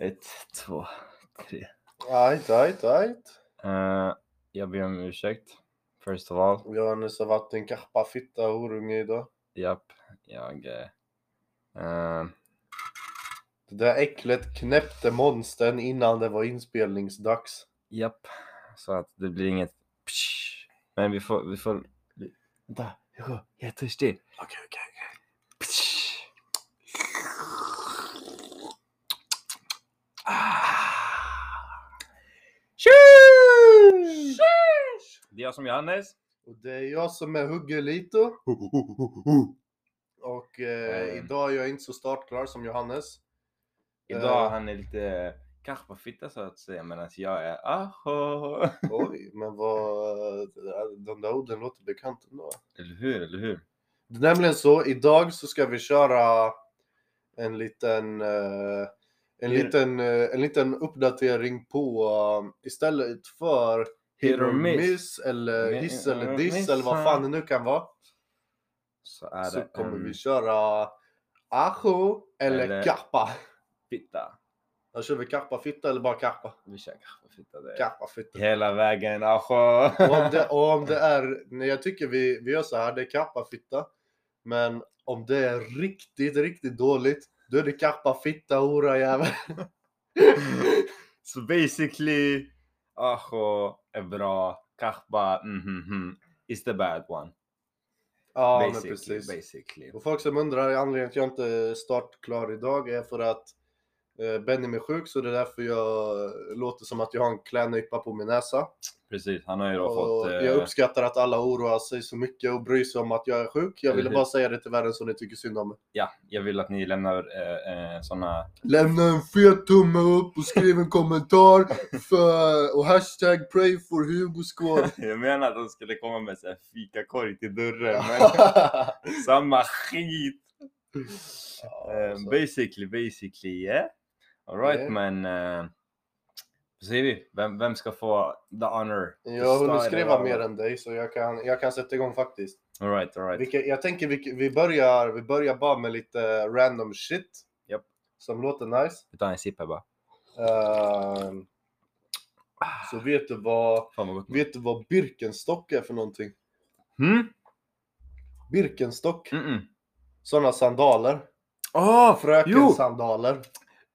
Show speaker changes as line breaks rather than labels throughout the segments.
Ett, två, tre.
Right, right, right.
Eh, jag ber om ursäkt. First of all.
Johannes har varit en kappa fitta horunge idag.
Japp. Jag... eh, eh,
Det där äcklet knäppte monstern innan det var inspelningsdags.
japp. Så att det blir inget... Psh. Men vi får... Vi får... Vänta. Jo, jag är törstig.
Okej, okej.
Psh. Ah. Tjus! Det är jag som Johannes.
Och det är jag som är Huggelito. Och eh,
Ehm.
idag är jag inte så startklar som Johannes.
Idag
Eh.
han är lite karpafitta så att säga medan jag är aho.
Oj, men vad... eh, De där orden låter bekant ändå.
Eller hur, eller hur?
Det är nämligen så, idag så ska vi köra en liten, eh, en
Hit-
liten, eh, en liten uppdatering på eh, istället för hit or miss, eller
Mi-
hiss eller
eh,
diss
miss,
eller vad fan det
eh.
nu kan vara.
Så är
Så
det
kommer
en
vi köra ajo eller,
Eller-
kappa.
fitta.
Då kör vi kappa fitta eller bara kappa.
Vi kör karpafitta det.
Kappa fitta.
Hela vägen aho.
Och om det, och om det är, nej jag tycker vi, vi gör så här, det är kappa fitta. Men om det är riktigt, riktigt dåligt, då är det kappa fitta hora jävel.
Så basically aho är bra. Karpa mm, mm, mm, is the bad one.
Ja, men
basically,
precis.
basically.
Och folk som undrar, anledningen till att jag inte är startklar idag är för att eh, Benjamin är sjuk, så det är därför jag eh, låter som att jag har en klädnypa på min näsa.
Precis, han har ju då
Och
fått... eh,
jag uppskattar att alla oroar sig så mycket och bryr sig om att jag är sjuk. Jag
Eller
ville
hur?
bara säga det till världen så ni tycker synd om mig.
ja, jag vill att ni lämnar eh, eh, såna...
Lämna en fet tumme upp och skriv en kommentar för, och hashtag pray for Hugo Skål.
Jag menar att de skulle komma med så här fikakorg till dörren. Men... Samma skit! Eh,
alltså.
basically, basically yeah. Alright
Yeah.
men... eh, Vad säger vi? Vem, vem ska få the honor? to
Jag har hunnit
start it
skriva
all?
mer än dig så jag kan, jag kan sätta igång faktiskt.
Alright, alright.
Vilka, jag tänker vi, vi, börjar, vi börjar bara med lite random shit.
Japp.
Som låter nice.
Vi tar en sipp här bara.
Ehm, så vet du, vad,
Fan vad gott.
vet du vad Birkenstock är för någonting?
Mm?
Birkenstock.
Mm -mm.
Sådana sandaler.
Åh! jo!
Frökensandaler.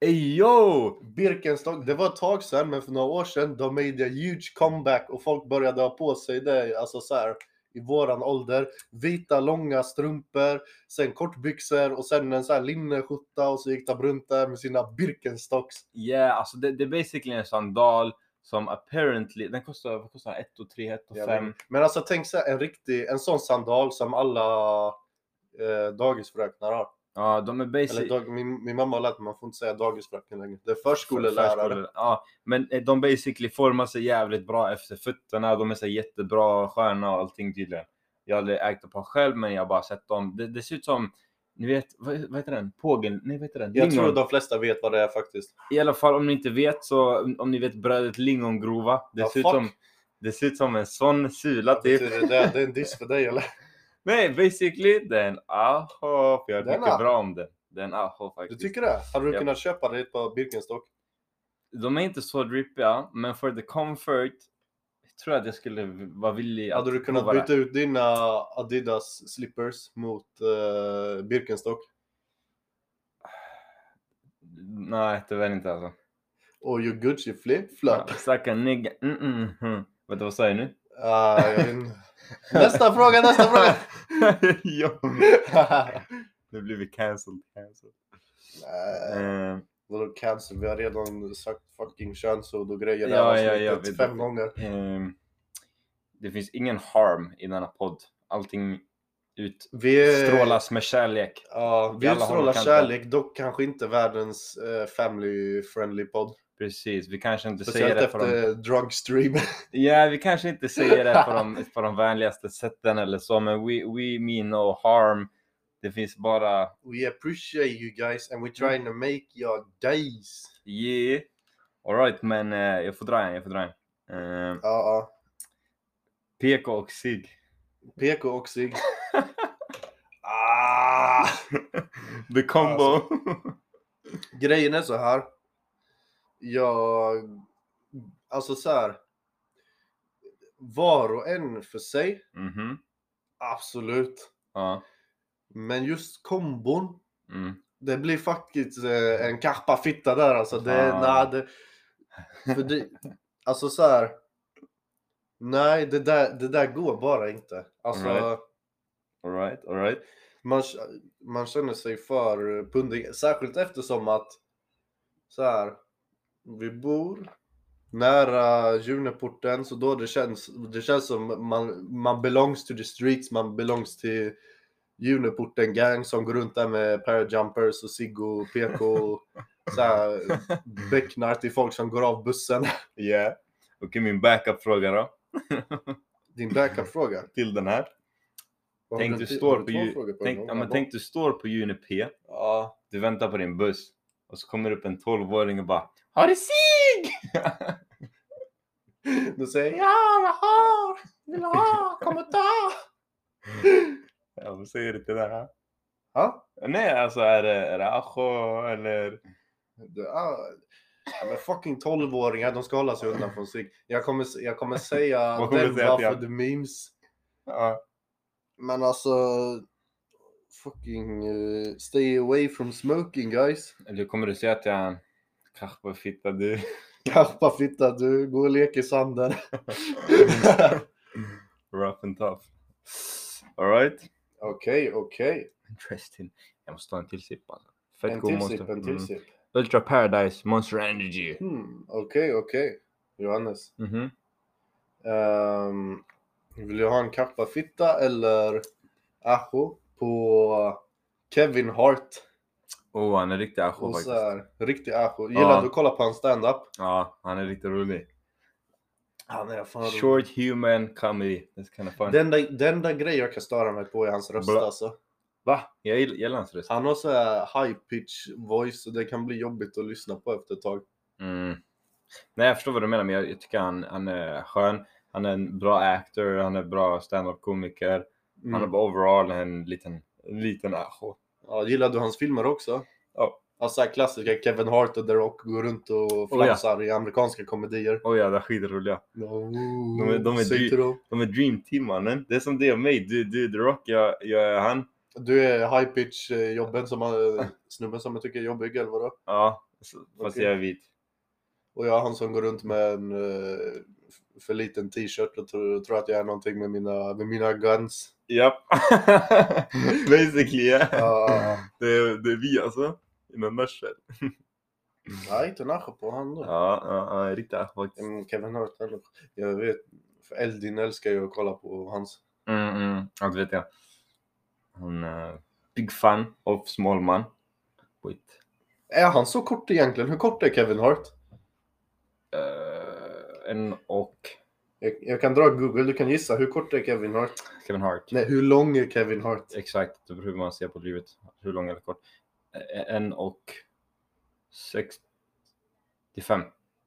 Ey yo!
Birkenstock, det var ett tag sedan men för några år sedan de made a huge comeback och folk började ha på sig det, alltså så här i våran ålder. Vita långa strumpor, sen kortbyxor och sen en sån här linneskjorta och så gick de runt där med sina Birkenstocks.
Yeah, alltså det, det är basically en sandal som apparently, den kostar, vad kostar den? 1 och 3, 1 och
Jag
5.
vet. Men alltså tänk så här, en riktig, en sån sandal som alla eh, dagisfröknar har.
Ja, de är
Eller
basically...
dag, min, min mamma har lärt mig, man får inte säga dagisfröken längre. Det är förskolelärare.
Förskole- Ja, men eh, de basically formar sig jävligt bra efter fötterna. De är så här jättebra, sköna och allting tydligen. Jag har aldrig ägt ett par själv, men jag har bara sett dem. Det, det ser ut som, ni vet, vad, vad heter den? Pågen? Nej, vad heter den?
Jag
Lingon.
tror de flesta vet vad det är faktiskt.
I alla fall om ni inte vet så, om- om ni vet brödet lingongrova. Det,
Ja,
ser, ut
fuck.
som, det ser ut som en sån sula typ.
Betyder Det, det är en diss för dig eller?
Nej, basically, det är en aho. Jag
Den
tycker
aho.
bra om den. Det är en aho
Du
faktiskt.
tycker det? Hade du
Ja.
kunnat köpa dig ett par Birkenstock?
De är inte så drippiga, men för the comfort jag tror jag att jag skulle vara villig att
Hade du kunnat
prova det.
byta ut dina Adidas slippers mot eh, Birkenstock?
Nej, tyvärr inte alltså.
Och your Gucci flip-flop?
Sucka nigga. Mm -mm. mm. Vet du vad sa jag nu?
Ah, jag vet inte. nästa fråga, nästa fråga!
ja. Nu blir vi cancelled. cancelled.
Nej,
Eh,
Vadå cancer? Vi har redan sagt fucking könsord och grejer i
Ja,
det här
ja, ja,
avsnittet
vi-
fem gånger.
ehm, det finns ingen harm i denna podd. Allting
Vi, är-
utstrålas med kärlek.
Ja, vi
i alla håll och
utstrålar
kanter.
kärlek, dock kanske inte världens eh, family friendly podd.
Precis, vi kanske inte säger
Speciellt
det för de...
efter drugstream.
Ja, vi kanske inte säger det på de, på de vänligaste sätten eller så, men we, we mean no harm. Det finns bara
We appreciate you guys and we're trying to make your days.
Yeah. Alright, men eh, jag får dra en, jag får dra en. Eh,
Ja, ja.
PK och SIG.
PK och Sig. ah!
The combo.
Alltså. Grejen är så här. jag, alltså så här. Var och en för sig,
Mhm.
absolut.
Ja.
Men just kombon,
Mm.
det blir faktiskt eh, en kappa fitta där alltså. Det,
Fan.
nej, det, för det, alltså så här. Nej, det där, det där går bara inte. Alltså,
Alright. Alright, alright.
man, k- man känner sig för pundig. Särskilt eftersom att så här, vi bor nära Juneporten så då det känns det känns som man, man belongs to the streets, man belongs till Juneporten gang som går runt där med parajumpers och Siggo och PK och så här, becknar till folk som går av bussen.
Yeah. Okej, min backup-fråga då.
Din backup-fråga.
Till den här.
Har
Tänk
en
du,
till-
står
har
på
två
ju,
frågor på en
tänk,
gång?
ja, men tänk du står på Unip,
Ja.
du väntar på din buss och så kommer upp en 12-åring och bara Har du sig?
Du säger ja, jag har, vill ha, kommer ta.
Ja, vad säger du till det här?
Ja,
Nej, alltså är det, är det ajo eller?
Det är... ah, Ja, men fucking 12-åringar, de ska hålla sig undan från sig. Jag kommer, jag kommer säga
Vad kommer du säga
Delva
till
för
han?
the memes.
Ja.
Men alltså... Fucking eh, stay away from smoking guys.
Eller kommer du säga till han Kanske fitta du.
Karpa fitta du, gå och lek i sanden.
Rough and tough. Alright.
Okej, okej.
Interesting. Jag måste ta en till sipp alltså. Fett
En
god
till
Monster.
sipp, en till
Mm.
sipp.
Ultra Paradise Monster Energy.
Hmm, Okej, okej. Johannes.
Mhm.
ehm, vill du ha en karpa fitta eller ajo på Kevin Hart?
Oh, han är riktigt ajo
Och
faktiskt.
så här, riktig ajo.
Ja.
Gillar du att kolla på hans stand-up?
Ja, han är riktigt rolig.
Han är fan rolig.
Short human comedy. That's kind of fun.
den enda, den enda grej jag kan störa mig på är hans röst
Bla-
alltså.
Va? Jag gillar, gillar hans röst.
Han har så här high pitch voice och det kan bli jobbigt att lyssna på efter ett tag.
Mm. Nej, jag förstår vad du menar, men jag, jag tycker han, han är skön. Han är en bra actor, han är bra stand-up komiker.
Mm.
Han är bara overall en liten, en liten ajo.
ja, gillar du hans filmer också?
Ja. Oh,
Alltså här klassiska Kevin Hart och The Rock går runt och
ja.
flamsar i amerikanska komedier.
Oj, ja, de är skitroliga.
No,
De är- de är
säg
dyr.
till dem.
De är dream team mannen. Det är som det och mig. Du, du, The Rock, jag, jag är han.
Du är high pitch eh, jobben som eh, snubben som jag tycker är jobbig eller vadå?
Ja, så- fast
Okej.
jag är vit.
Och jag är han som går runt med en eh, f- för liten t-shirt och tror, tror att jag är någonting med mina, med mina guns.
Japp. Basically, ja.
Ja,
Det, är- det är vi alltså. In a nutshell.
nej, inte nascha på han då.
Ja, ja, ja, riktigt ajo faktiskt.
Mm, Kevin Hart, han- jag vet. För Eldin älskar ju att kolla på hans.
Mm, mm. Ja, det vet jag. Hon är big fan of small man. Wait.
Är han så kort egentligen? Hur kort är Kevin Hart?
Eh, en och
Jag, jag kan dra Google, du kan gissa. Hur kort är Kevin Hart?
Kevin Hart.
Nej, hur lång är Kevin Hart?
Exakt, det beror på hur man ser på livet. Hur lång eller kort. Eh, En och 65.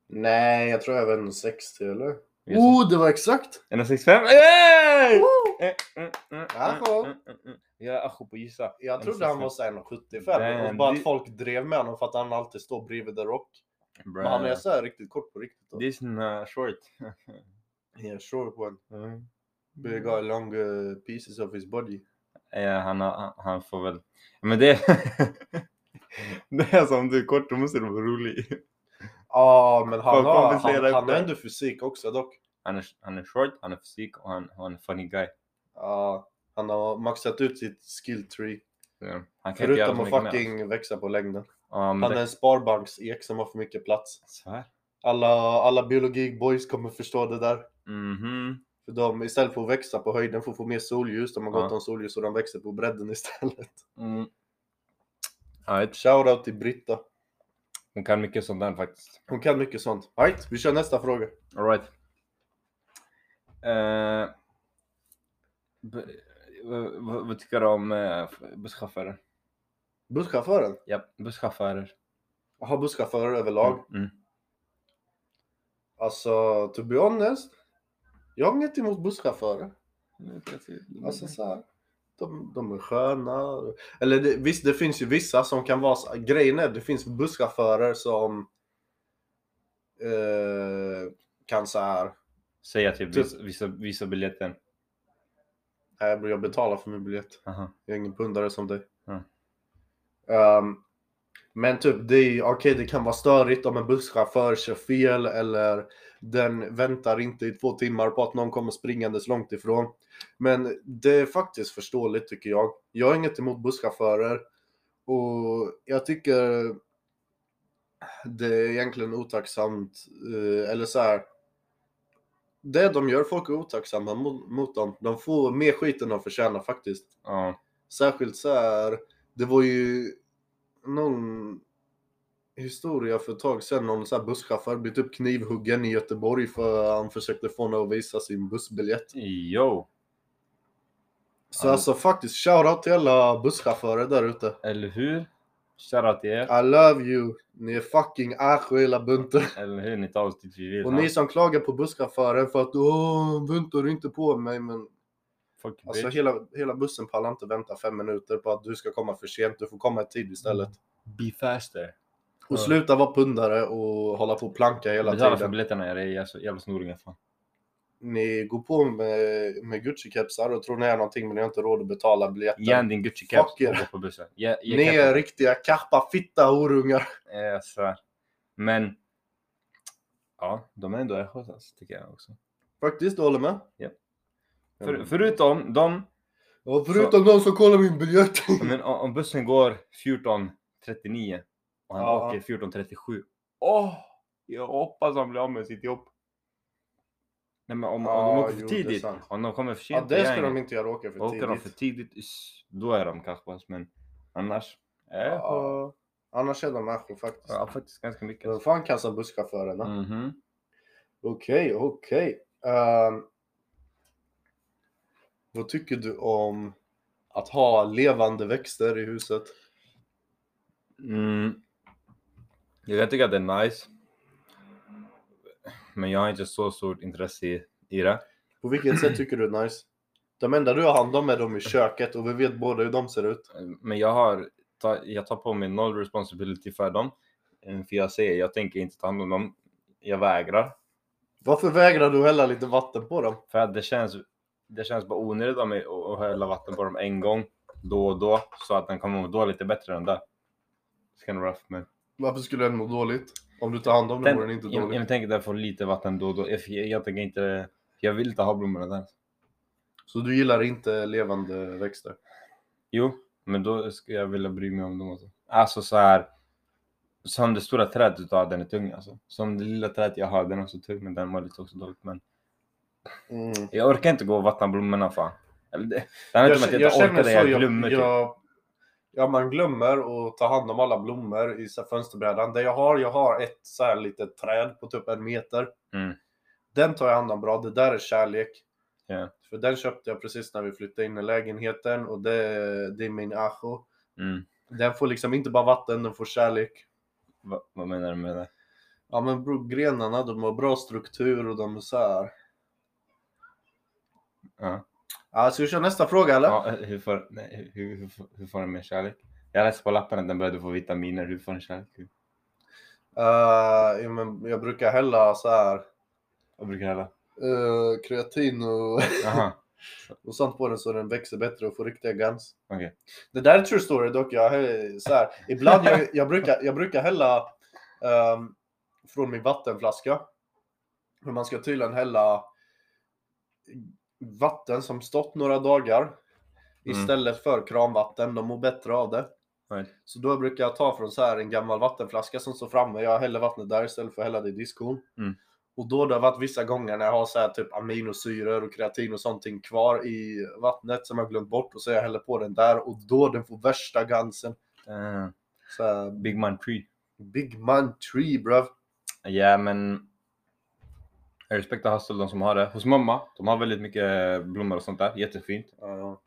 Nej, jag tror även 60 eller?
Just
Oh, det var exakt!
En och 65. Hey! Eh, eh, eh, eh,
Ajo.
eh, eh, eh. Jag är ajo på gissa.
Jag trodde han var så här 1,75 och
Nej,
bara
det-
att folk drev med honom för att han alltid står bredvid The Rock.
Bruh.
Men han är så här riktigt kort på riktigt. Då.
This is not short.
Yeah, short one.
Mm.
But he got long uh, pieces of his body.
Eh, han, har- han får väl... Men det... det är som du är kort, då måste du vara rolig.
Ja, men han
Folk
har,
kompenserar
han, han
efter.
har ändå fysik också dock.
Han är, han är short, han är fysik och han, han är funny guy.
Ja, han har maxat ut sitt skill tree.
Så Han kan inte göra
Förutom
så
att
mycket mer. alltså.
fucking växa på längden.
Ja, men
Han är
det...
en sparbanksek som har för mycket plats.
Så här.
Alla, alla biologi-boys kommer förstå det där.
Mhm.
För de, istället för att växa på höjden får få mer solljus. De har
Ja.
gått om solljus och de växer på bredden istället.
Mm. Right.
Shoutout till Britta.
Hon kan mycket sånt där faktiskt.
Hon kan mycket sånt. Right, vi kör nästa fråga.
Alright. Eh, b- vad- vad- vad tycker du om eh, busschaufförer?
Busschauffören.
Ja, busschaufförer.
Har busschaufförer överlag.
Mm.
Alltså, to be honest. Jag har inget emot busschaufförer. Alltså så här, de, de är sköna. Eller det, visst, det finns ju vissa som kan vara... så- Grejen är, det finns busschaufförer som eh, cancer.
Säga typ
Typ.
vis- visa, visa biljetten.
Nej, men "Äh, Jag betalar för min biljett.
Aha.
Jag är ingen pundare som dig.
Mm.
Ehm, men typ, det, är- okej det kan vara störigt om en busschaufför kör fel eller den väntar inte i två timmar på att någon kommer springandes långt ifrån. Men det är faktiskt förståeligt tycker jag. Jag har inget emot busschaufförer och jag tycker det är egentligen otacksamt, eh, eller så här. Det de gör, folk är otacksamma mot, mot dem. De får mer skit än de förtjänar faktiskt.
Ja.
Särskilt så här, det var ju någon historia för ett tag sedan, någon så här busschaufför blev typ knivhuggen i Göteborg för han försökte få henne att visa sin bussbiljett.
Jo.
Så
Ja.
alltså faktiskt, shoutout till alla busschaufförer där ute.
Eller hur? Shoutout till er.
I love you! Ni är fucking arsho hela bunten.
Eller hur? Ni tar oss dit vi vill.
Och
ha.
ni som klagar på busschauffören för att åh, väntar du inte på mig? Men
Fuck you,
alltså
bitch.
hela, hela bussen pallar inte vänta fem minuter på att du ska komma för sent. Du får komma i tid istället.
Be faster. Ja.
Och sluta vara pundare och hålla på och planka hela
Betala för
tiden.
biljetterna era jävla- jävla alltså. snoringar fan.
Ni går på med, med Gucci-kepsar och tror ni är någonting men ni har inte råd att betala biljetten.
Ge en din Gucci
Fuck
caps
er.
och gå på bussen. Ge, ge
ni är
capen.
riktiga kappa fitta horungar.
Eh, Jag svär. Men. Ja, de är ändå östgötar tycker jag också.
Faktiskt, du håller med?
Ja.
Ja,
För,
men-
förutom de,
ja, förutom de som kollar min biljett.
men o- om bussen går 14.39 och han
Ja.
åker 14.37. Åh! jag hoppas han blir av med sitt jobb. Nej men om, om
Ja,
de åker för
jo, det är
tidigt,
sant.
om de kommer för
ja,
sent,
det ska
jag
de
ingen-
inte göra, åka för
åker de för
tidigt.
tidigt, ish, då är de kanske pass, men annars. Eh, ja.
Ja, annars är de människor faktiskt.
ja, faktiskt ganska mycket.
Vem fan kan som busschaufförerna?
Mhm.
Okej, okej. Ehm, vad tycker du om att ha levande växter i huset?
Mm. Jag kan tycka att det är nice. Men jag har inte så stort intresse i, i det.
På vilket sätt tycker du det är nice? De enda du har hand om är de i köket och vi vet båda hur de ser ut.
Men jag har, ta, jag tar på mig noll responsibility för dem. Eh, För jag säger, jag tänker inte ta hand om dem. Jag vägrar.
Varför vägrar du hälla lite vatten på dem?
För att det känns, det känns bara onödigt av mig att- att hälla vatten på dem en gång. Då och då. Så att den kommer må då lite bättre än det. It's kind of rough men.
Varför skulle den må dåligt? Om du tar hand om den
Den,
mår den inte
jag,
dåligt.
jag tänker att den får lite vatten då och då. Jag, jag, jag tänker inte, jag vill inte ha blommorna där.
Så du gillar inte levande växter?
Jo, men då skulle jag vilja bry mig om dem också. Alltså så här. Som det stora trädet du tar, den är tung alltså. Som det lilla trädet jag har, den är också tung, men den mår lite också dåligt. Men
Mm.
jag orkar inte gå och vattna blommorna fan. Eller det, det handlar
Jag,
inte om att jag
jag
inte
känner
orkar
så,
det, jag
jag,
glömmer typ.
jag, ja man glömmer att ta hand om alla blommor i så här fönsterbrädan. Det jag har, jag har ett så här litet träd på typ en meter.
Mm.
Den tar jag hand om bra, det där är kärlek.
Ja.
För den köpte jag precis när vi flyttade in i lägenheten och det, det är min ajo.
Mm.
Den får liksom inte bara vatten, den får kärlek.
Va, vad menar du med det?
Ja men bro, grenarna de har bra struktur och de är så här.
Ja.
Ja, ska vi köra nästa fråga eller?
Ja, hur, får, nej, hur, hur, hur, får- hur får den mer kärlek? Jag läste på lappen att den behövde få vitaminer, hur får den kärlek?
Eh, ja, men jag brukar hälla så här
Vad brukar jag hälla?
eh, kreatin och
Jaha,
Liksom. och sånt på den så den växer bättre och får riktiga guns.
Okej.
Det där är true story dock. Jag, är så här, ibland jag, jag, brukar, jag brukar hälla ehm, från min vattenflaska. Men man ska tydligen hälla vatten som stått några dagar
Mm.
istället för kranvatten. De mår bättre av det.
Right.
Så då brukar jag ta från så här en gammal vattenflaska som står framme. Jag häller vattnet där istället för att hälla det i diskon.
Mm.
Och då det har varit vissa gånger när jag har så här typ aminosyror och kreatin och sånt kvar i vattnet som jag glömt bort och så jag häller på den där och då den får värsta gansen.
Eh,
Så här,
big man tree.
big man tree bruv.
Ja, men jag respektar Hassel, de som har det. Hos mamma, de har väldigt mycket blommor och sånt där. Jättefint.
Ja.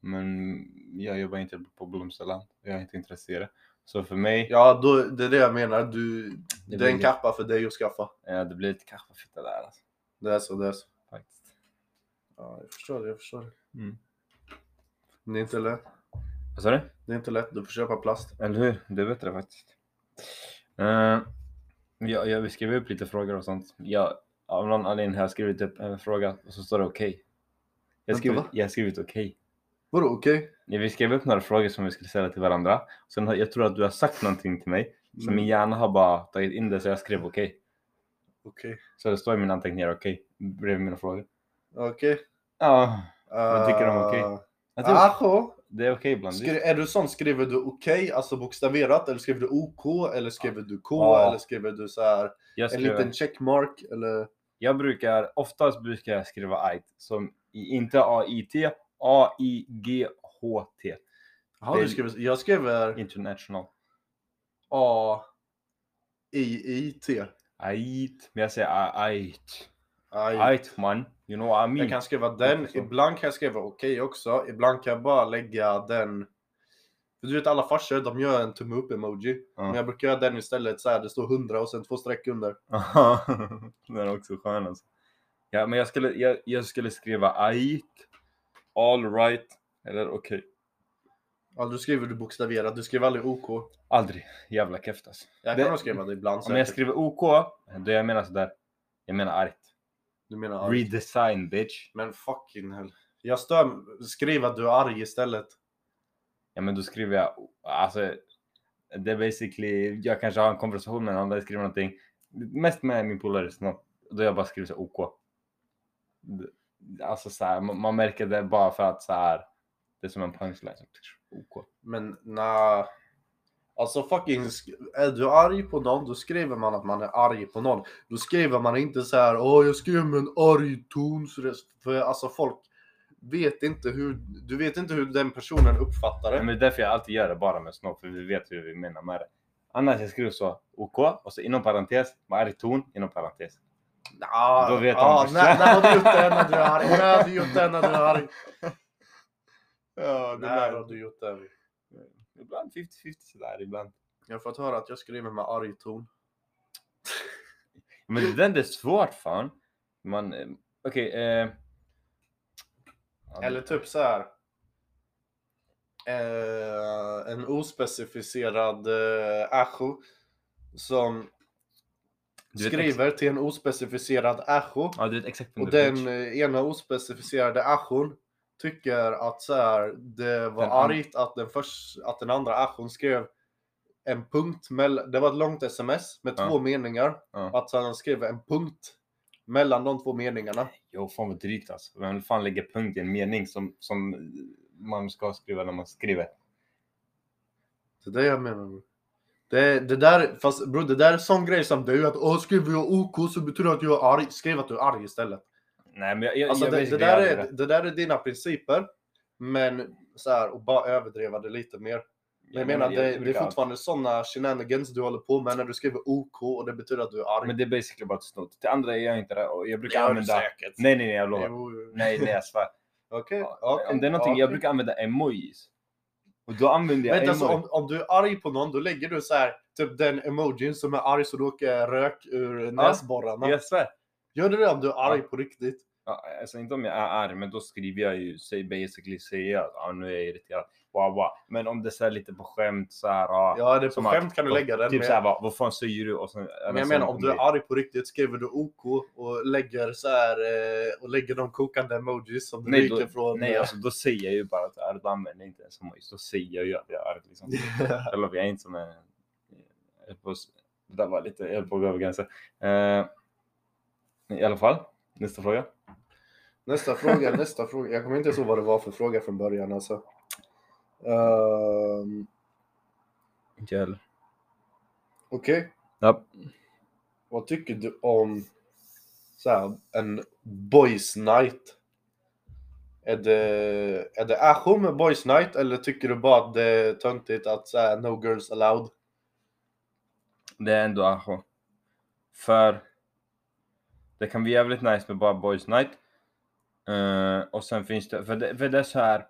Men jag jobbar inte på blomsterland. Jag är inte intresserad. Så för mig,
Ja, då, det är det jag menar. Du, det,
Det
är
blir-
en kappa för dig att skaffa.
eh, det blir lite kaffefitta där alltså.
Det är så, det är så.
Faktiskt.
Ja, jag förstår det, jag förstår det.
Mm.
Det är inte lätt.
Vad sa du?
Det är inte lätt, du får köpa plast.
Eller hur? Det är bättre faktiskt. Eh, Jag, jag vill skriva upp lite frågor och sånt. Jag, av någon anledning har jag skrivit upp en fråga och så står det okej. Jag har
Vänta,
skrivit,
va?
jag har skrivit okej.
Vadå okej?
Ja, Vi skrev upp några frågor som vi skulle ställa till varandra. Sen har, jag tror att du har sagt någonting till mig. Så min
Mm,
hjärna har bara tagit in det så jag skrev okej.
Okej.
Så det står i mina anteckningar okej. Bredvid mina frågor.
Okej.
Ja, Vad tycker du om okej?
Ah,
jag tror
Aho.
det är okej ibland.
Skri- är du sån, skriver du okej, alltså bokstaverat, eller skriver du OK, eller skriver du K,
Ja.
eller skriver du så här
Jag,
en
skriver,
liten checkmark, eller?
jag brukar, oftast brukar jag skriva AIT. Som i, inte AIT, A-I-G-H-T.
Jaha,
Det-
du skriver, jag skriver
International.
A, I, I, T.
AIT. Men jag säger a- AIT.
Aj.
AIT man. You know what I mean?
Jag kan skriva den,
Lite så.
ibland kan jag skriva okej också, ibland kan jag bara lägga den. För du vet alla farsor, de gör en tumme upp-emoji.
Ja.
Men jag brukar göra den istället, så här, det står 100 och sen två streck under.
Ja, den är också skön alltså. Ja, men jag skulle, jag, jag skulle skriva AIT, all right eller okej.
Ja, då skriver du bokstaverat, du skriver aldrig OK.
Aldrig. Jävla keft alltså.
Jag
Det-
kan nog skriva det ibland
Om jag
säkert.
skriver OK, då jag menar sådär. Jag menar argt.
Du menar arg.
Redesign bitch.
Men fucking hell. Jag stör, skriv att du är arg istället.
Ja, men då skriver jag, alltså. Det är basically, jag kanske har en konversation med någon där jag skriver någonting. Mest med min polare snart. Då jag bara skriver så här, OK. Det- Alltså så här, man, man märker det bara för att så här. Det är som en punchline. så, OK.
Men na. Alltså fucking, sk- är du arg på någon, då skriver man att man är arg på någon. Då skriver man inte så här, åh jag skriver med en arg ton. så det-" För alltså folk vet inte hur, du vet inte hur den personen uppfattar
Nej,
det.
men det är därför jag alltid gör det bara med snopp, för vi vet hur vi menar med det. Annars jag skriver så OK och så inom parentes med arg ton inom parentes.
Ah,
då vet
ah,
de.
när, när har du gjort det när du är arg? När har du gjort det när du är arg?
Ja,
När har du gjort det?
Ibland 50-50 sådär ibland.
Jag har fått höra att jag skriver med arg ton.
Men det där är svårt fan. Man, eh, okej. eh, ja,
Eller typ så här. Eh, en ospecificerad eh, ajo som
du vet Ex,
skriver till en ospecificerad ajo
ja, du vet exakt vem
och
du är, bitch.
den eh, ena ospecificerade ajon tycker att så här, det var
Den an-
argt att den, först, att den andra ajon skrev en punkt mellan, det var ett långt sms med
Ja.
två meningar,
Ja.
att han skrev en punkt mellan de två meningarna.
Jo, fan vad drygt alltså. Vem fan lägger punkt i en mening som, som man ska skriva när man skriver?
Det är det jag menar. bro. Det, det där, fast bro, det där är sån grej som du att åh, skriver jag OK så betyder det att jag är arg. Skriv att du är arg istället.
Nej, men jag, jag,
Alltså
jag
det,
vet
det,
inte, jag
där
gör
är, det där är dina principer. Men så här, och bara överdriva det lite mer. Men jag menar, det, det
brukar
är
alltid-
fortfarande såna shenanigans du håller på med när du skriver OK och det betyder att du är arg.
Men det är basically bara ett snott. Det andra gör jag inte det och jag
Det
brukar
gör du
använda...
säkert.
Nej, nej, nej, jag lovar.
Jo, jo.
Nej, nej, jag svär.
Okej.
Om det är någonting, jag brukar använda emojis. Och då använder jag
Vänta, så
emojis.
om, om du är arg på någon, då lägger du så här, typ den emojin som är arg så du åker rök ur näsborrarna.
Jag svär.
Gör du det om du är arg på riktigt?
Ja, alltså inte om jag är arg, men då skriver jag ju, säg basically säger jag att ah, nu är jag irriterad. Wow, wow. Men om det är lite på skämt så här. ah,
Ja, det är på
som att-
skämt kan du lägga den.
Typ
men-
så här, vad, vad fan säger du? Och sen,
men jag menar, om du är arg på riktigt skriver du OK och lägger så här eh, och lägger de kokande emojis som du
Nej,
ryker
då,
från.
nej
eh,
alltså, då säger jag ju bara att jag är arg. Då använder jag inte ens emojis. Då säger jag ju att jag är arg. Liksom. Eller vi är inte som en... jag höll på att- Det där var lite, jag höll på att gå över gränsen. Eh, I alla fall, nästa fråga.
nästa fråga, nästa fråga. Jag kommer inte ihåg vad det var för fråga från början alltså. Ehm,
Inte jag heller.
Okej,
Ja.
vad tycker du om så här, en boys night? Är det, är det ajo med boys night eller tycker du bara att det är töntigt att så här, no girls allowed?
Det är ändå Aho. För det kan bli jävligt nice med bara Boys Night. Eh, och sen finns det, för det, för det är så här.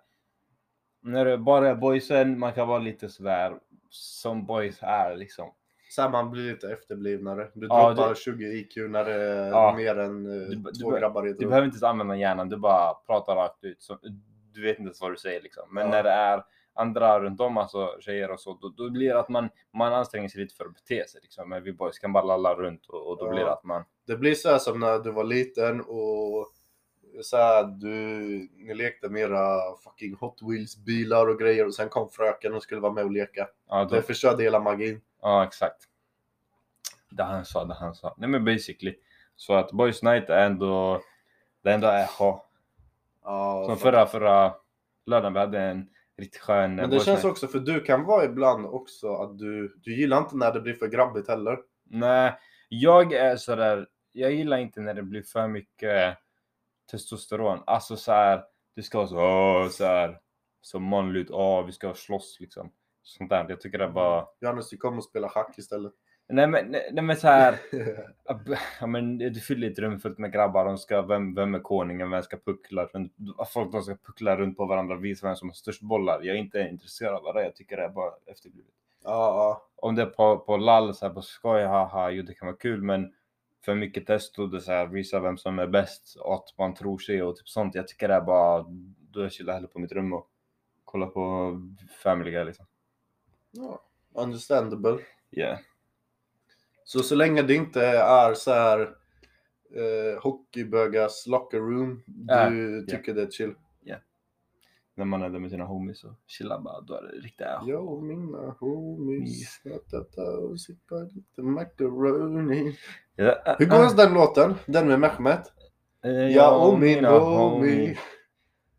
När det bara är boysen, man kan vara lite sådär som boys är liksom.
Så här, man blir lite efterblivnare. Du
Ja,
droppar
det-
20 IQ när det är
Ja.
mer än eh,
Du b- du
två
b-
grabbar i ett
Du
rum.
behöver inte ens använda hjärnan, du bara pratar rakt ut. Så, du vet inte ens vad du säger liksom. Men
Ja.
när det är andra runt om, alltså tjejer och så, då, då blir det att man, man anstränger sig lite för att bete sig. Liksom. Men vi boys kan bara lalla runt och, och då
Ja.
blir det att man...
Det blir så här som när du var liten och så här, du, ni lekte med era fucking Hot Wheels bilar och grejer och sen kom fröken och skulle vara med och leka.
Ja, då,
Det förstörde hela magin.
ja exakt. Det han sa, det han sa. Nej men basically. Så att boys night är ändå... Det ändå är ha.
Ja,
Som
fan.
förra, förra lördagen, vi hade en riktigt skön
Men det
boys
känns
night.
också, för du kan vara ibland också att du, du gillar inte när det blir för grabbigt heller.
Nej, jag är sådär, jag gillar inte när det blir för mycket testosteron. Alltså så här, du ska ha så, åh, så här, så manligt, åh, vi ska slåss liksom. Sånt där. Jag tycker det är bara,
Johannes, du kommer och spela schack istället.
nej men, nej, nej, men så här, ja, men du fyller ett rum fullt med grabbar, de ska, vem, vem är koningen, vem ska puckla runt, folk de ska puckla runt på varandra, visa vem som har störst bollar. Jag är inte intresserad av det, jag tycker det är bara efterblivet.
ja,
om det är på, på lall, så här, på skoj, haha, jo det kan vara kul men för mycket testo, det så här, visa vem som är bäst, att man tror sig och typ sånt. Jag tycker det är bara, då jag chillar hellre på mitt rum och kollar på Family Guy liksom.
ja. ja. Understandable.
Yeah.
Så så länge det inte är så här eh, hockeybögars locker room,
Äh,
du tycker det är chill.
När man är där med sina homies och chillar bara, då är det riktigt
Jag och mina homies äta och sippa lite macaroni.
Ja,
Hur går ens den låten? Den med Mehmet?
eh,
Jag och min homie.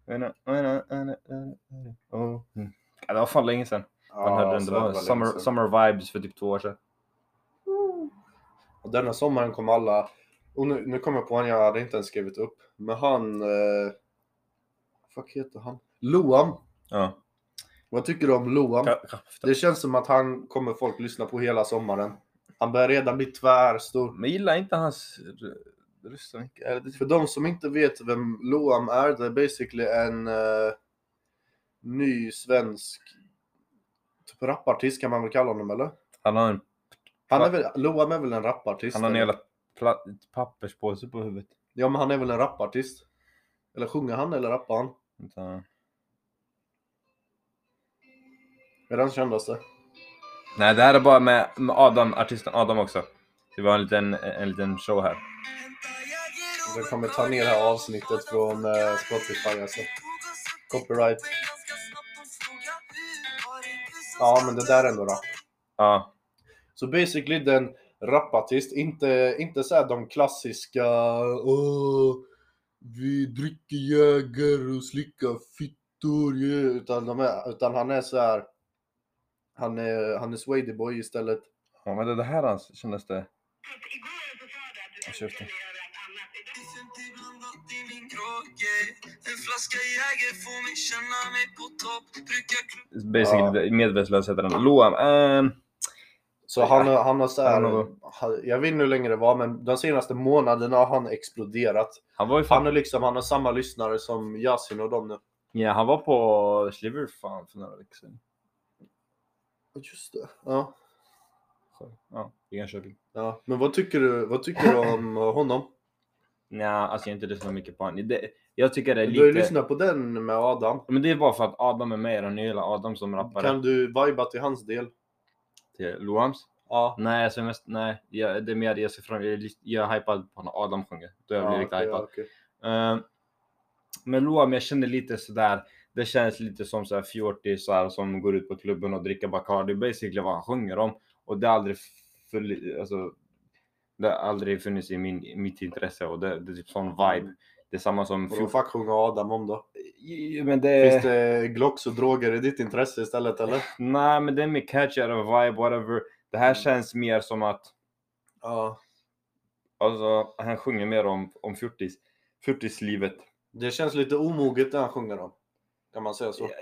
Mina- mina- mina- mina- mina- oh. Mm. Ja, Det var fan länge sedan man hörde den.
så
Det var
länge
summer,
sedan.
summer vibes för typ två år sedan.
Och denna sommaren kom alla, och nu, nu kommer jag på en jag hade inte ens skrivit upp, men han, eh, fuck heter han? Loam.
Ja.
Vad tycker du om Loam?
Ka- ka-
Det känns som att han kommer folk lyssna på hela sommaren. Han börjar redan bli tvärstor. Eh,
Men gillar inte hans r- röst så mycket. Eller det-
För de som inte vet vem Loam är, det är basically en eh, ny svensk typ rapartist kan man väl kalla honom eller?
Han har en,
Han är väl, Loam är väl en rapartist?
han har en
eller?
hela pla- papperspåse på huvudet.
Ja men han är väl en rapartist? Eller sjunger han eller rappar han?
Vänta.
Är den kändaste?
Nej, det här är bara med, med Adam, artisten Adam också. Så vi har en liten, en liten show här.
Jag kommer ta ner det här avsnittet från eh, Spotify alltså. Copyright. Ja men det där är ändå rap.
Ja,
Så basically den rapartist, inte, inte så här de klassiska Åh, vi dricker Jäger och slickar fittor, yeah", utan, de är, utan han är så här han är, han är Swadyboy istället.
ja men det, det här är hans kändaste.
Igår så sa du att du
Jag
skulle
köpte.
göra ett annat idag. Det finns inte blandat i min grogge. En flaska Jäger får mig känna mig på topp. Brukar
Basically medvetslös heter den. Loam. ehm,
Så han, har- han har så
Han har
här,
nog-
han- jag vet inte hur länge det var, men de senaste månaderna har han exploderat.
han var ju
Han
fan...
är liksom, han har samma lyssnare som Yasin och dem nu.
Ja, han var på Sliver fan för några veckor sedan.
Just det. Ja.
Så, Ja, i Jönköping.
ja. Men vad tycker du, vad tycker du om honom?
Nej, alltså jag har inte lyssnat mycket på honom. Det, jag tycker det är
Du har ju
lite...
lyssnat på den med Adam.
Men det är bara för att Adam är med i den. Jag gillar Adam som rappare.
Kan du vibea till hans del?
Till Loams.
Ja.
Nej, alltså mest, nej. Jag, det är mer jag ser fram jag, är lis- jag är hypad på när Adam sjunger. Då jag blir
ja,
riktigt
okej,
hypad.
ja, okej.
Eh, men Loam, jag känner lite sådär. Det känns lite som såhär fjortisar som går ut på klubben och dricker Bacardi. Basically vad han sjunger om. Och det har aldrig, full, alltså, det har aldrig funnits i min, mitt intresse. Och det, det är typ sån vibe. Det är samma som...
Och då
fjort-
fuck sjunger Adam om då?
Eh. Jo, Men det,
Finns det Glocks och droger i ditt intresse istället eller?
Nej, men det är mer catchigare vibe, whatever. Det här
Mm.
känns mer som att
Ja.
Alltså, han sjunger mer om, om 40s, 40-livet.
Det känns lite omoget när han sjunger om. Kan man säga så?
alltså.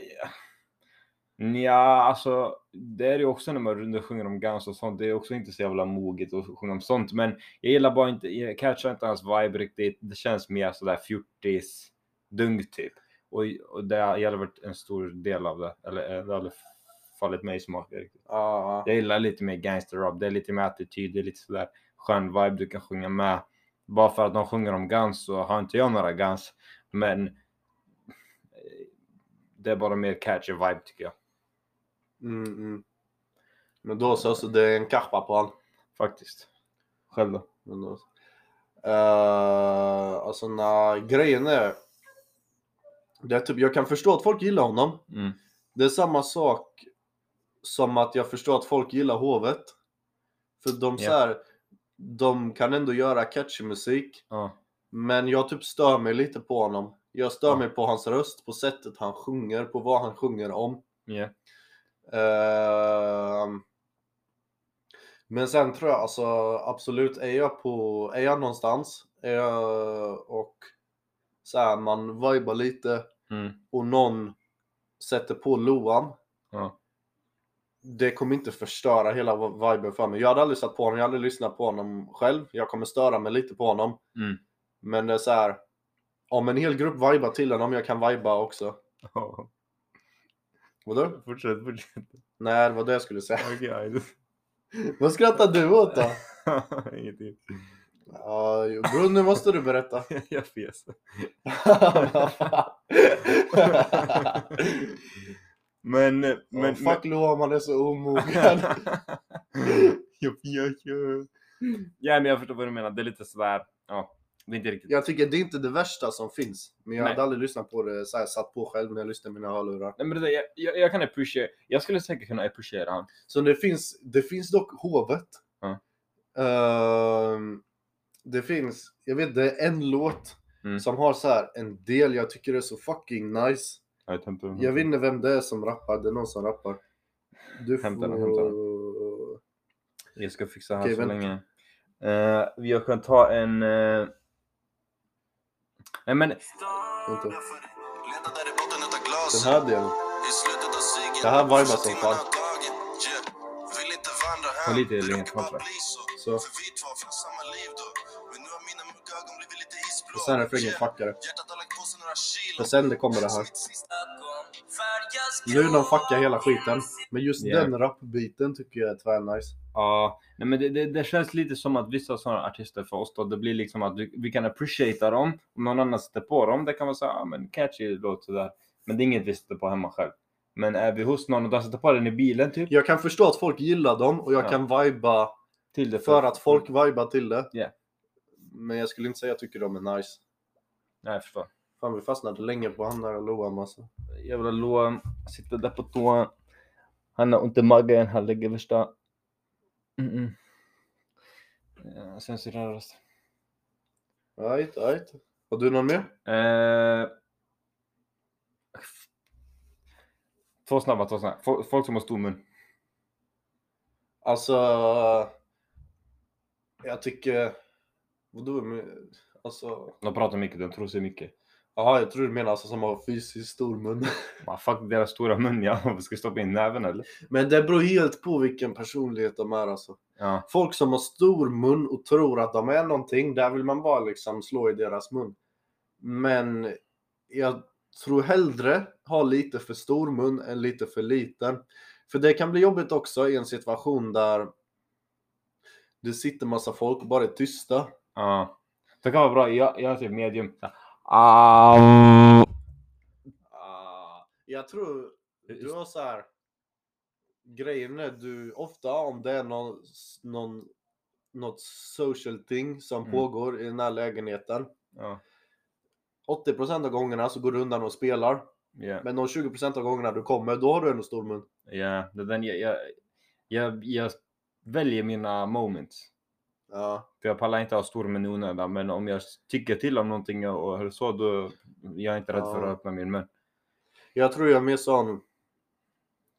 Nja, alltså det är ju också när man runt- sjunger om Guns och sånt. Det är också inte så jävla moget att sjunga om sånt. Men jag gillar bara inte, jag catchar inte hans vibe riktigt. Det känns mer sådär 40s dung typ. Och, och det har aldrig varit en stor del av det. Eller eh, det har aldrig fallit mig i smaken riktigt.
Ja. ja.
Jag gillar lite mer gangster rap. Det är lite mer attityd, det är lite sådär skön vibe du kan sjunga med. Bara för att de sjunger om Guns så har inte jag några Guns. Men eh, det är bara mer catchy vibe tycker jag.
Mm, mm. Men då så, så det är en kappa på han.
Faktiskt. Själv då?
Men då, Eh, alltså nej, grejen är. Det är typ, jag kan förstå att folk gillar honom.
Mm.
Det är samma sak som att jag förstår att folk gillar hovet. För de
Ja.
så här, de kan ändå göra catchy musik.
Ja.
Men jag typ stör mig lite på honom. Jag stör
Ja.
mig på hans röst, på sättet han sjunger, på vad han sjunger om.
Ja.
Ehm, men sen tror jag alltså absolut, är jag på, är jag någonstans är jag, och så här, man vibar lite
Mm.
och någon sätter på loan.
Ja.
Det kommer inte förstöra hela viben för mig. Jag hade aldrig satt på honom, jag hade aldrig lyssnat på honom själv. Jag kommer störa mig lite på honom.
Mm.
Men det är så här, om en hel grupp vibar till honom, jag kan viba också. Vadå?
Fortsätt, fortsätt.
Nej, det var det jag skulle säga.
Okej, okay,
Vad skrattar du åt då?
Ingenting.
Ja, jo, bro, nu måste du berätta.
Jag fes.
Vad fan?
Men, men...
men,
men-
fuck Loa, man är så omogen.
jag, jag, jag. Ja, men jag förstår vad du menar. Det är lite sådär, ja. Det är inte riktigt.
jag tycker det är inte det värsta som finns. Men jag
Nej.
hade aldrig lyssnat på det så här, satt på själv när jag lyssnade på mina hörlurar.
Nej, men det, jag, jag, jag kan appreciera. Jag skulle säkert kunna appreciera han.
Så det finns, det finns dock hovet.
Ja.
Ehm, det finns, jag vet det är en låt
Mm.
som har så här en del jag tycker är så fucking nice.
Jag, tänkte,
Jag vet inte vem det är som rappar, det är någon som rappar. Du får...
Hämta den, hämta den. jag ska fixa här
Okej,
så
vänta.
länge. Eh, jag kan ta en... eh, Nej, men
Vänta.
Leta där i botten utav glaset.
Den här delen.
I slutet av cykeln.
Det här vibar som fan.
Första timmen av dagen. Yeah. Vill inte vandra hem.
Håll i dig,
Det
Lena,
råkar bara
framför.
bli så.
Så.
För Alltså, vi två har från samma liv då. Men nu har mina mörka ögon blivit lite isblå.
Och sen refrängen fuckar det.
Hjärtat har lagt på sig några kilo.
Och sen det kommer det här. Nu de fuckar hela skiten. Men just
Ja.
den rapbiten tycker jag är tvärnice.
Ja, nej men det, det, det känns lite som att vissa sådana artister för oss då, det blir liksom att vi, vi kan appreciata dem, om någon annan sätter på dem, det kan vara såhär, ah, men catchy låt sådär. Men det är inget vi sätter på hemma själv. Men är vi hos någon och de sätter på den i bilen typ,
Jag kan förstå att folk gillar dem och jag
Ja.
kan viba
till det
för att folk vibar till det.
Ja.
Men jag skulle inte säga att jag tycker de är nice.
Nej, jag förstår.
Fan vi fastnade länge på han där Loam alltså.
Jävla Loam, sitter där på toan. Han har ont i magen, han lägger värsta... Mm -mm. Eh, Censurerad röst.
Right, right. Har du någon mer?
Eh, Två snabba, två snabba. Fol- Folk som har stor mun.
Alltså... Jag tycker... Vadå? men- Alltså...
De pratar mycket, de tror sig mycket.
Jaha, jag tror du menar alltså som har fysiskt stor mun.
Man, fuck deras stora mun ja, ska jag stoppa in näven eller?
Men det beror helt på vilken personlighet de är alltså.
Ja,
Folk som har stor mun och tror att de är någonting, där vill man bara liksom slå i deras mun. Men jag tror hellre ha lite för stor mun än lite för liten. För det kan bli jobbigt också i en situation där det sitter massa folk och bara är tysta.
ja. Det kan vara bra, jag, jag är typ medium. Ah.
Ah, Jag tror du har så här. Grejen är du ofta om det är någon, någon, något social thing som
Mm.
pågår i den här lägenheten.
Ja,
80% av gångerna så går du undan och spelar.
ja,
Men de 20% av gångerna du kommer, då har du ändå stor mun.
ja. Det är den jag, jag, jag, jag väljer mina moments.
Ja.
För jag pallar inte ha stor mun i onödan, men om jag tycker till om någonting och eller så, då jag är inte rädd för
Ja.
att öppna min mun.
Jag tror jag är mer sån.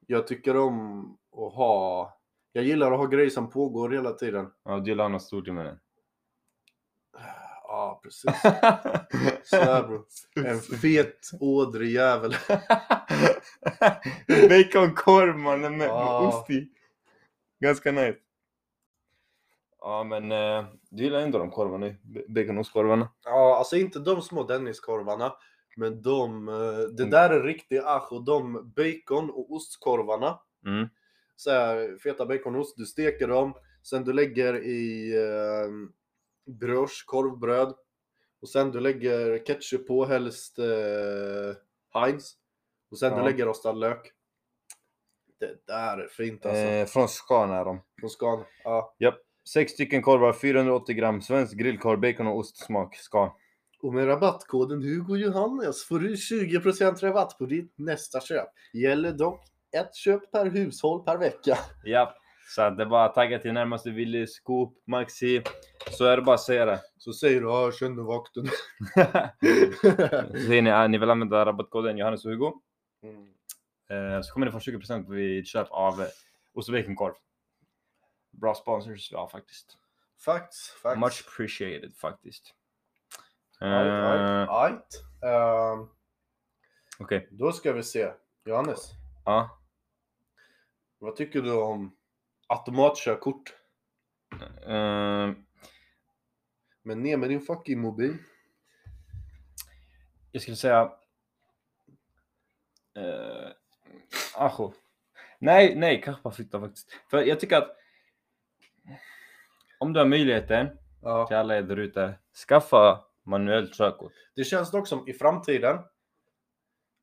Jag tycker om att ha. Jag gillar att ha grejer som pågår hela tiden.
Ja, du gillar att ha stort i munnen.
Ja, precis. Så här, bro. En fet, ådrig jävel.
Baconkorv mannen med
Ja.
med ost i. Ganska nice. Ja men eh, du gillar ändå de korvarna ju. Be- Baconostkorvarna.
Ja, alltså inte de små Denniskorvarna. Men de, eh,
Mm.
det där är riktig asch och de bacon och ostkorvarna.
Mm.
Så här, feta baconost, du steker dem. Sen du lägger i eh, brioche, korvbröd. Och sen du lägger ketchup på, helst eh, Heinz. Och sen
Ja.
du lägger rostad lök. Det där är fint alltså.
Eh, från Scan är de.
Från Scan. Ja.
Sex stycken korvar, 480 gram svensk grillkorv, bacon och ostsmak. Scan.
Och med rabattkoden Hugo Johannes får du 20% rabatt på ditt nästa köp. Gäller dock ett köp per hushåll per vecka.
Japp. Så att det är bara att tagga till närmaste Willys, Coop, Maxi. Så är det bara att säga det.
Så säger du ja, jag känner vakten.
Ser ni, ja, ni vill använda rabattkoden Johannes och Hugo.
Mm.
Eh, så kommer ni få 20% vid köp av eh, ost och baconkorv. Bra sponsors, ja faktiskt.
Facts, facts.
Much appreciated faktiskt.
Right, right,
Eh,
right. Ehm,
Okej,
då ska vi se. Johannes,
ja.
vad tycker du om automatkörkort?
Eh,
Men ner med din fucking mobil.
jag skulle säga... Uh, Ajo. Nej, nej, kanske bara flytta faktiskt. För jag tycker att om du har möjligheten till
Ja.
alla er där ute, skaffa manuellt körkort.
Det känns dock som i framtiden,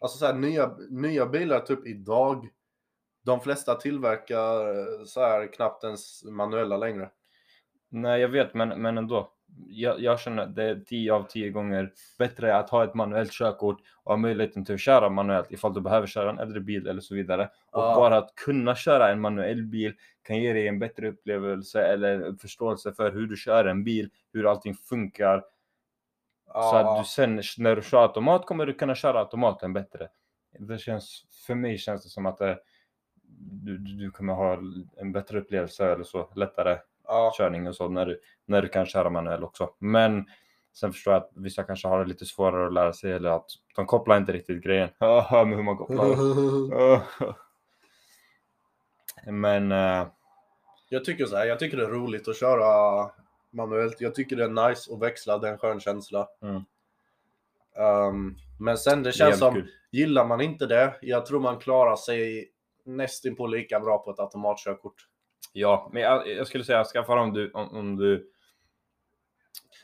alltså så här, nya, nya bilar typ idag, de flesta tillverkar eh, så här knappt ens manuella längre.
Nej, jag vet, men, men ändå. Jag, jag känner att det är 10 av 10 gånger bättre att ha ett manuellt körkort och ha möjligheten till att köra manuellt ifall du behöver köra en äldre bil eller så vidare. Och
Ja.
bara att kunna köra en manuell bil kan ge dig en bättre upplevelse eller förståelse för hur du kör en bil, hur allting funkar. Så att du sen när du kör automat kommer du kunna köra automaten bättre. Det känns, för mig känns det som att det, du, du du kommer ha en bättre upplevelse eller så, lättare
Ja.
körning och så när du, när du kan köra manuell också. Men sen förstår jag att vissa kanske har det lite svårare att lära sig eller att de kopplar inte riktigt grejen. Haha, med hur man kopplar. Haha. Men eh,
Jag tycker så här, jag tycker det är roligt att köra manuellt. Jag tycker det är nice att växla, det är en skön känsla.
Mm.
Ehm, men sen det
det är
känns
jävligt
som,
kul.
gillar man inte det, jag tror man klarar sig nästinpå lika bra på ett automatkörkort.
Ja, men jag, jag skulle säga skaffa det om du, om, om du,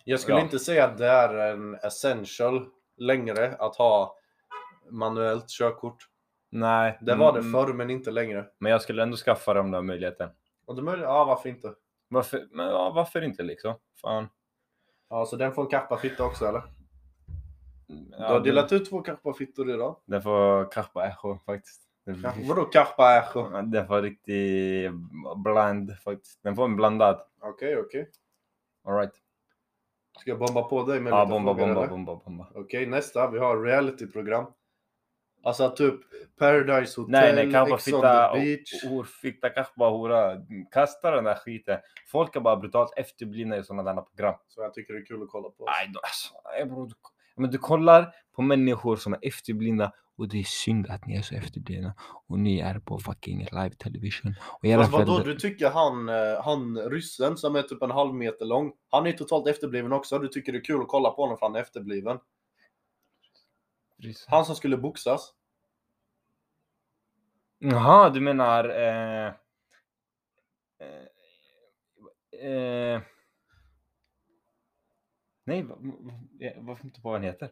Jag skulle
Ja.
inte säga att det är en essential längre att ha manuellt körkort.
nej.
Det var det
mm,
förr, men inte längre.
Men jag skulle ändå skaffa det om du har möjligheten.
Och det är möjligt, ja varför inte?
Varför, men, ja, varför inte liksom? Fan.
Ja, så den får en kappafitta också eller?
Ja,
du har
den-
delat ut två kappafittor idag.
Den får karpa echo faktiskt. Den-
Ja, vadå kappa äsch? Okej,
Ja, Den får riktig bland faktiskt. Den får en blandad.
okej.
Alright.
Ska jag bomba på dig med
Ja,
lite
Ah, bomba,
frågor,
bomba,
eller?
bomba, bomba.
Okej, nästa. Vi har realityprogram. Alltså typ Paradise Hotel,
Nej, nej, kanske
Ex on the
fitta,
Beach.
hor, fitta, kanske bara hora. Kasta den där skiten. Folk är bara brutalt efterblivna i sådana där program.
Så jag tycker det är kul att kolla på.
Aj då, alltså, aj, bro, du, men du kollar på människor som är efterblivna och det är synd att ni är så efterblivna och ni är på fucking live television. Och era
Fast vadå,
föräldrar-
du tycker han, eh, han ryssen som är typ en halv meter lång, han är ju totalt efterbliven också. Du tycker det är kul att kolla på honom för han är efterbliven.
Precis.
Han som skulle boxas.
Jaha, du menar... Eh, eh, eh, nej, va- va- vad kommer inte på vad han heter?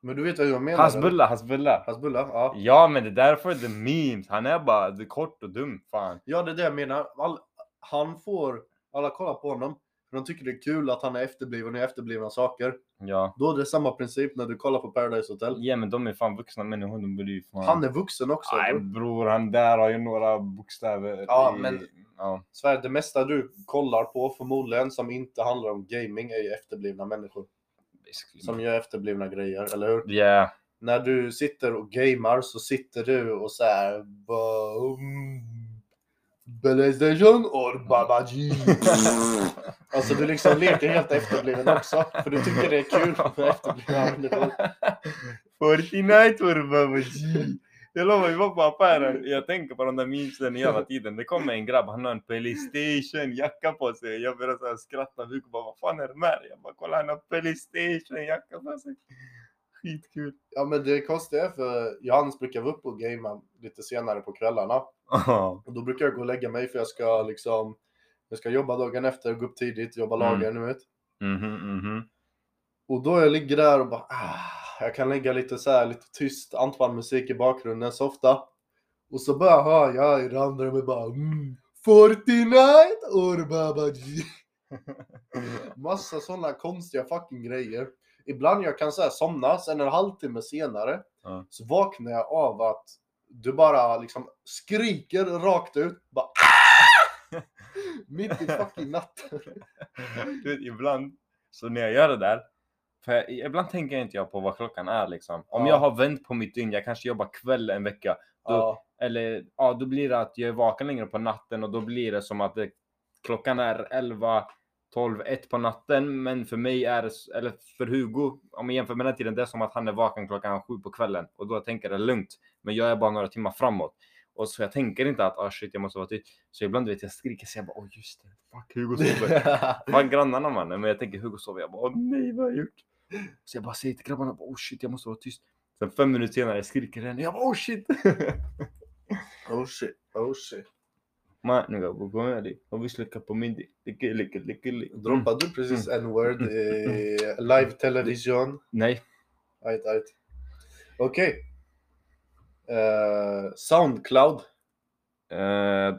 Men du vet vad jag menar? eller?
Hasbulla, Hasbulla.
Hasbulla, ja.
Ja, men det är därför det är memes. Han är bara det är kort och dum, fan.
Ja, det är det jag menar. All, han får, alla kollar på honom, för de tycker det är kul att han är efterbliven och gör efterblivna saker.
Ja.
Då är det samma princip när du kollar på Paradise Hotel.
ja, men de är fan vuxna människor. De blir ju fan...
Han är vuxen också.
Nej,
bror.
bror, han där har ju några bokstäver.
Ja,
i-
men-
Ja.
Så här, det mesta du kollar på förmodligen som inte handlar om gaming är ju efterblivna människor.
basically.
Som gör efterblivna grejer, eller hur?
Yeah.
När du sitter och gamar så sitter du och så här... bara, mm, Playstation or Babaji. alltså du liksom leker helt efterbliven också. För du tycker det är kul med efterblivna människor.
Fortnite vurmar Jag lovar, vi var på affären. Jag tänker på de där memesen hela tiden. Det kommer en grabb, han har en Playstation jacka på sig. Jag börjar så här skratta. Hugo bara, vad fan är det med dig?" Jag bara, kolla han har Playstation jacka på sig. Skitkul.
Ja men det konstiga är för Johannes brukar vara uppe och gamea lite senare på kvällarna.
Ja,
Och då brukar jag gå och lägga mig för jag ska liksom jag ska jobba dagen efter, gå upp tidigt, jobba
Mm.
lagen, mm. vet.
mhm, mhm.
Och då jag ligger där och bara ah, jag kan lägga lite så här lite tyst Antwan-musik i bakgrunden softa. Och så bara hör jag i det andra rummet bara mm, Fortnite och babaji. Massa sådana konstiga fucking grejer. Ibland jag kan säga somna, sen en halvtimme senare
Ja.
så vaknar jag av att du bara liksom skriker rakt ut. Bara, "Ah!" Mitt i fucking natten.
du vet, ibland, så när jag gör det där, för jag, ibland tänker inte jag på vad klockan är liksom. Om
Ja.
jag har vänt på mitt dygn, jag kanske jobbar kväll en vecka,
Ja,
eller ja, då blir det att jag är vaken längre på natten och då blir det som att det, klockan är 11, 12, 1 på natten. Men för mig är det, s- eller för Hugo, om jag jämför med den tiden, det är som att han är vaken klockan 7 på kvällen och då tänker jag det är lugnt. Men jag är bara några timmar framåt. Och så jag tänker inte att ah shit jag måste vara tyst. Så ibland du vet jag skriker så jag bara åh just det, fuck Hugo sover. Fan grannarna mannen, men jag tänker Hugo sover. Jag bara åh nej vad har jag gjort? Så jag bara säger till grabbarna, bara, oh shit jag måste vara tyst. Sen fem minuter senare skriker den, jag bara oh shit.
oh shit, oh shit.
Mannen grabbar, kom igen dig. Om vi släcker på min dig. Lycka, lycka, lycka, lycka. Mm.
Droppade du precis n-word i live television?
Nej.
Ajt, ajt. Okej. Eh, Soundcloud.
eh,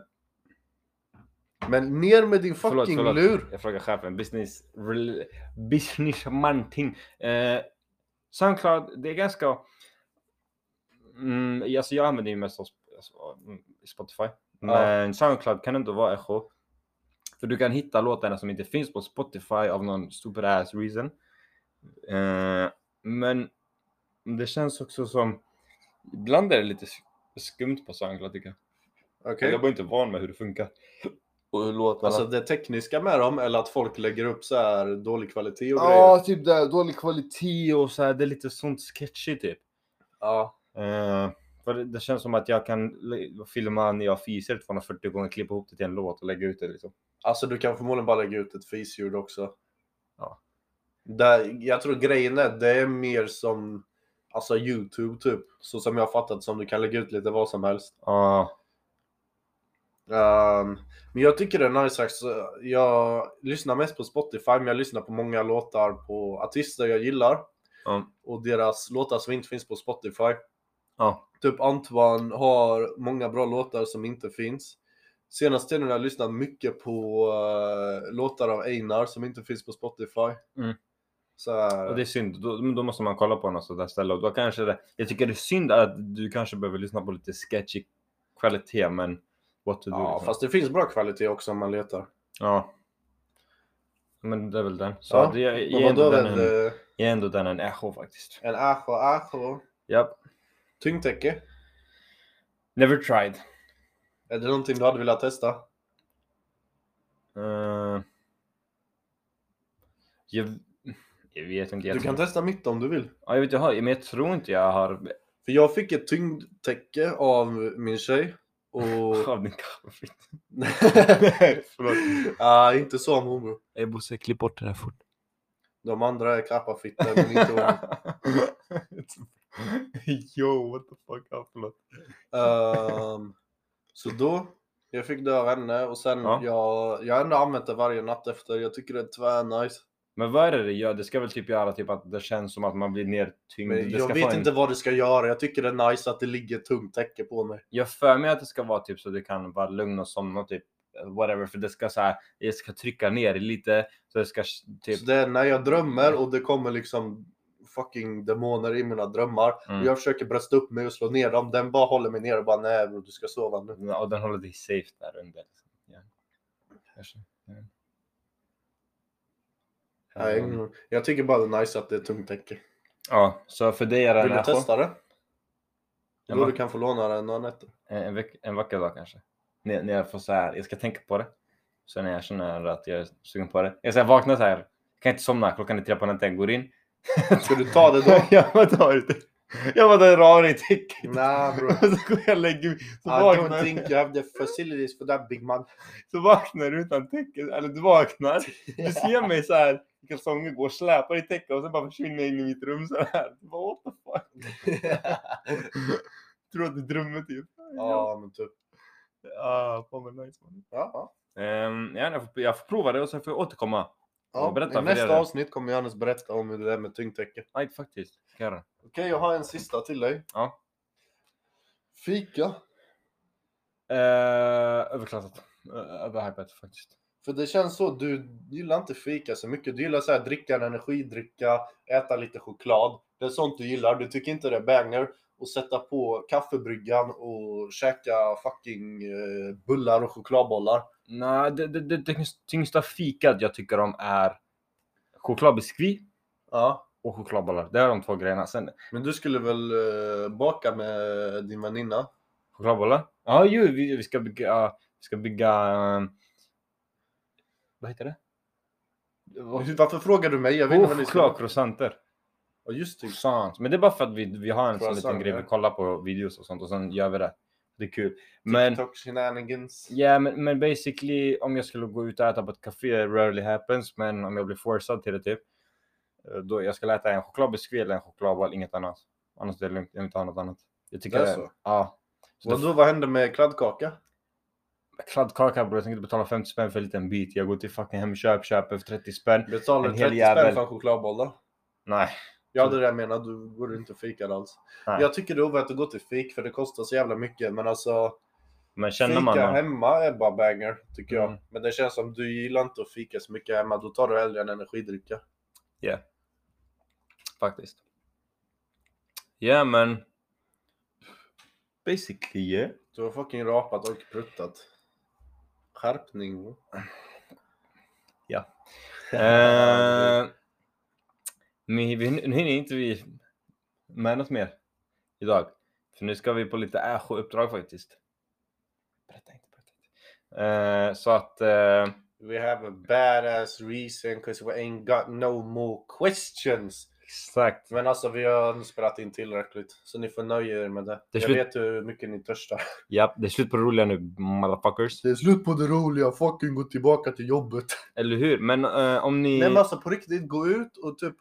Men ner med din fucking
Förlåt, förlåt.
lur.
jag frågar chefen. Business... rel- Business manting. Eh, Soundcloud, det är ganska... Mm, alltså jag använder ju mest av sp- alltså, mm, Spotify. Men Soundcloud kan inte vara Echo. För du kan hitta låtarna som inte finns på Spotify av någon stupid ass reason. Eh, men det känns också som... Ibland är det lite sk- skumt på Soundcloud tycker jag.
Okej.
Jag var inte van med hur det funkar. Och hur låtarna...
Alltså det tekniska med dem eller att folk lägger upp så här dålig kvalitet och
Ja,
grejer.
typ där, dålig kvalitet och så här, det är lite sånt sketchy typ.
Ja.
Eh, för det, det känns som att jag kan le- filma när jag fiser 240 gånger, klippa ihop det till en låt och lägga ut det liksom.
Alltså du kan förmodligen bara lägga ut ett fisljud också.
Ja.
Där, jag tror grejen är, det är mer som alltså Youtube typ. Så som jag har fattat som du kan lägga ut lite vad som helst.
Ja,
Ehm, men jag tycker det är nice faktiskt. Jag lyssnar mest på Spotify, men jag lyssnar på många låtar på artister jag gillar.
Ja.
Och deras låtar som inte finns på Spotify.
Ja.
Typ Antoine har många bra låtar som inte finns. Senaste tiden har jag lyssnat mycket på eh, låtar av Einar som inte finns på Spotify.
Mm.
Så här,
och det är synd. Då, men då måste man kolla på något sånt där ställe och då kanske det... Jag tycker det är synd att du kanske behöver lyssna på lite sketchy kvalitet men what to do
ja,
liksom.
fast det finns bra kvalitet också om man letar.
Ja. Men det är väl den. Så
Ja,
det, jag,
Men
jag, är
vadå
ändå den
väl
en,
eh,
jag är ändå den en echo faktiskt.
en ajo, ajo?
Japp.
Tyngdtäcke?
Never tried.
Är det någonting du hade velat testa?
Eh, jag, jag vet inte. Jag,
Du kan
tror,
testa mitt om du vill.
ja, jag, vet, jag har, men jag tror inte jag har...
För jag fick ett tyngdtäcke av min tjej. Och...
Av din kaffe.
Ah, inte så om hon bror.
Jag måste klippa bort det där fort.
De andra är krappafittor men inte hon.
Yo, what the fuck? Ja, förlåt.
Ehm, så då, jag fick det av henne och sen
Ja.
jag, jag har ändå använt det varje natt efter. Jag tycker det är tvärnice.
Men vad är det det gör? Det ska väl typ göra typ att det känns som att man blir nertyngd.
Men
Det
jag
ska
vet
få en-
inte vad det ska göra. Jag tycker det är nice att det ligger ett tungt täcke på mig.
Jag för mig att det ska vara typ så du kan vara lugn och somna typ whatever för det ska så här. Jag ska trycka ner det lite så det ska typ.
Så det är när jag drömmer och det kommer liksom fucking demoner i mina drömmar.
Mm.
Och jag försöker brösta upp mig och slå ner dem. Den bara håller mig ner och bara nej bror du ska sova nu.
Ja, Och den håller dig safe där under. liksom. Ja. Kanske. Ja.
Nej, mm. Jag tycker bara det är nice att det är tungt täcke.
Ehm, Ja, så för dig är det
Vill
en
du
echo.
testa det?
Ja,
Då
va?
du kan få låna den några nätter.
En, en, veck, en vacker dag kanske. När, när jag får så här, jag ska tänka på det. Sen när jag känner att jag är sugen på det. Jag ska vakna så här, kan inte somna, klockan är tre på natten, går in.
Ska du ta det då?
jag bara tar ut det. Jag bara tar av det i täcket.
Nej bror.
Och så går jag och lägger mig. Så
I don't
vaknar-
think you have the facilities for that big man.
Så vaknar du utan täcke, eller du vaknar. Du ser mig så här i kalsonger gå och släpar i täcket och sen bara försvinner jag in i mitt rum så här. Du bara, what the fuck? Tror att du drömmer typ.
ja men typ.
Ja, fan vad nice man.
Ja, ja.
Ehm, ja, jag, får, jag får prova det och sen får jag återkomma.
Ja,
Berätta
I
för
nästa
er.
avsnitt kommer Johannes berätta om hur det är med tyngdtäcke.
Nej, faktiskt. Kan jag göra.
Okej, jag har en sista till dig.
Ja.
Fika.
Eh, överklassat. Eh, Överhypat faktiskt.
För det känns så, du gillar inte fika så mycket. Du gillar så här, dricka en energidricka, äta lite choklad. Det är sånt du gillar. Du tycker inte det är banger och sätta på kaffebryggan och käka fucking eh, bullar och chokladbollar.
Nej, det, det, det, det tyngsta fikat jag tycker om är chokladbiskvi
Ja.
och chokladbollar. Det är de två grejerna. Sen
Men du skulle väl eh, baka med din väninna?
chokladbollar. Ja, ju, vi, vi ska bygga... Vi ska bygga... eh, Vad heter det?
Hur- Varför frågar du mig? Jag vet inte vad
Oh,
ni ska...
chokladcroissanter.
Ja, just det.
Croissant. Men det är bara för att vi, vi har en sån liten
Croissant,
grej.
ja. Typ
Vi kollar på videos och sånt och sen gör vi det. Det är kul. Men...
TikTok shenanigans.
Ja, men, men basically om jag skulle gå ut och äta på ett café, rarely happens, men om jag blir forcad till det typ, eh, då jag ska äta en chokladbiskvi eller en chokladboll, inget annat. Annars är det lugnt, jag vill inte ha något annat. Jag tycker
Det är
det
så?
Ja. Så
Och
det,
då, vad hände med kladdkaka?
kladdkaka bror, jag tänker inte betala 50 spänn för en liten bit. Jag går till fucking Hemköp, köper för 30 spänn.
Betalar
En
du
hel
30
jävel.
spänn för en chokladboll då?
Nej.
Ja, det är det jag menar. Du borde inte fika alls.
Nej.
Jag tycker det är ovärt att gå till fik för det kostar så jävla mycket. Men alltså,
Men känner
fika
man någon,
hemma är bara banger tycker jag.
Mm.
Men det känns som du gillar inte att fika så mycket hemma. Då tar du hellre en energidricka.
faktiskt. Ja, men. Basically, yeah.
Du har fucking rapat och pruttat. Skärpning.
Ja. Eh, men vi, nu hinner inte vi med något mer idag. För nu ska vi på lite Ässjö-uppdrag faktiskt. Berätta inte, berätta inte. Eh, så att... eh,
We have a badass reason because we ain't got no more questions.
exakt.
Men alltså vi har spelat in tillräckligt. Så ni får nöja er med det.
Det är
jag
slut.
vet hur mycket ni törstar.
Ja, det är slut på det roliga nu, motherfuckers.
Det är slut på det roliga. Fucking gå tillbaka till jobbet.
Eller hur? Men eh, om ni...
Nej men alltså på riktigt, gå ut och typ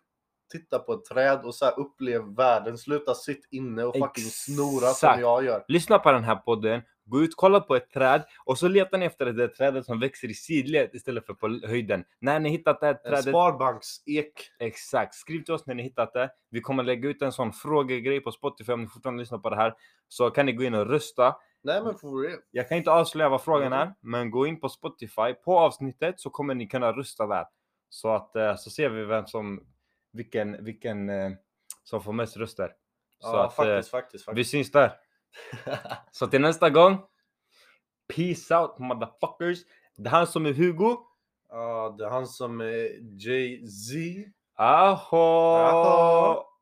titta på ett träd och så här upplev världen. Sluta sitt inne och fucking snora som
Exakt.
jag gör.
Lyssna på den här podden, gå ut, kolla på ett träd och så letar ni efter det där trädet som växer i sidled istället för på höjden. När ni hittat det här
En
trädet
sparbanksek.
Exakt. Skriv till oss när ni hittat det. Vi kommer lägga ut en sån frågegrej på Spotify om ni fortfarande lyssnar på det här. Så kan ni gå in och rösta.
Nej
Mm.
men for real.
Jag kan inte avslöja vad frågan
Mhm.
är, men gå in på Spotify på avsnittet så kommer ni kunna rösta där. Så att eh, så ser vi vem som vilken vilken eh, som får mest röster. Så
Ja
att
faktiskt, faktiskt,
eh, vi
faktiskt.
syns där. Så till nästa gång. Peace out motherfuckers. Det här som är Hugo.
Ja, det är han som är Jay-Z.
Aho!
Aho!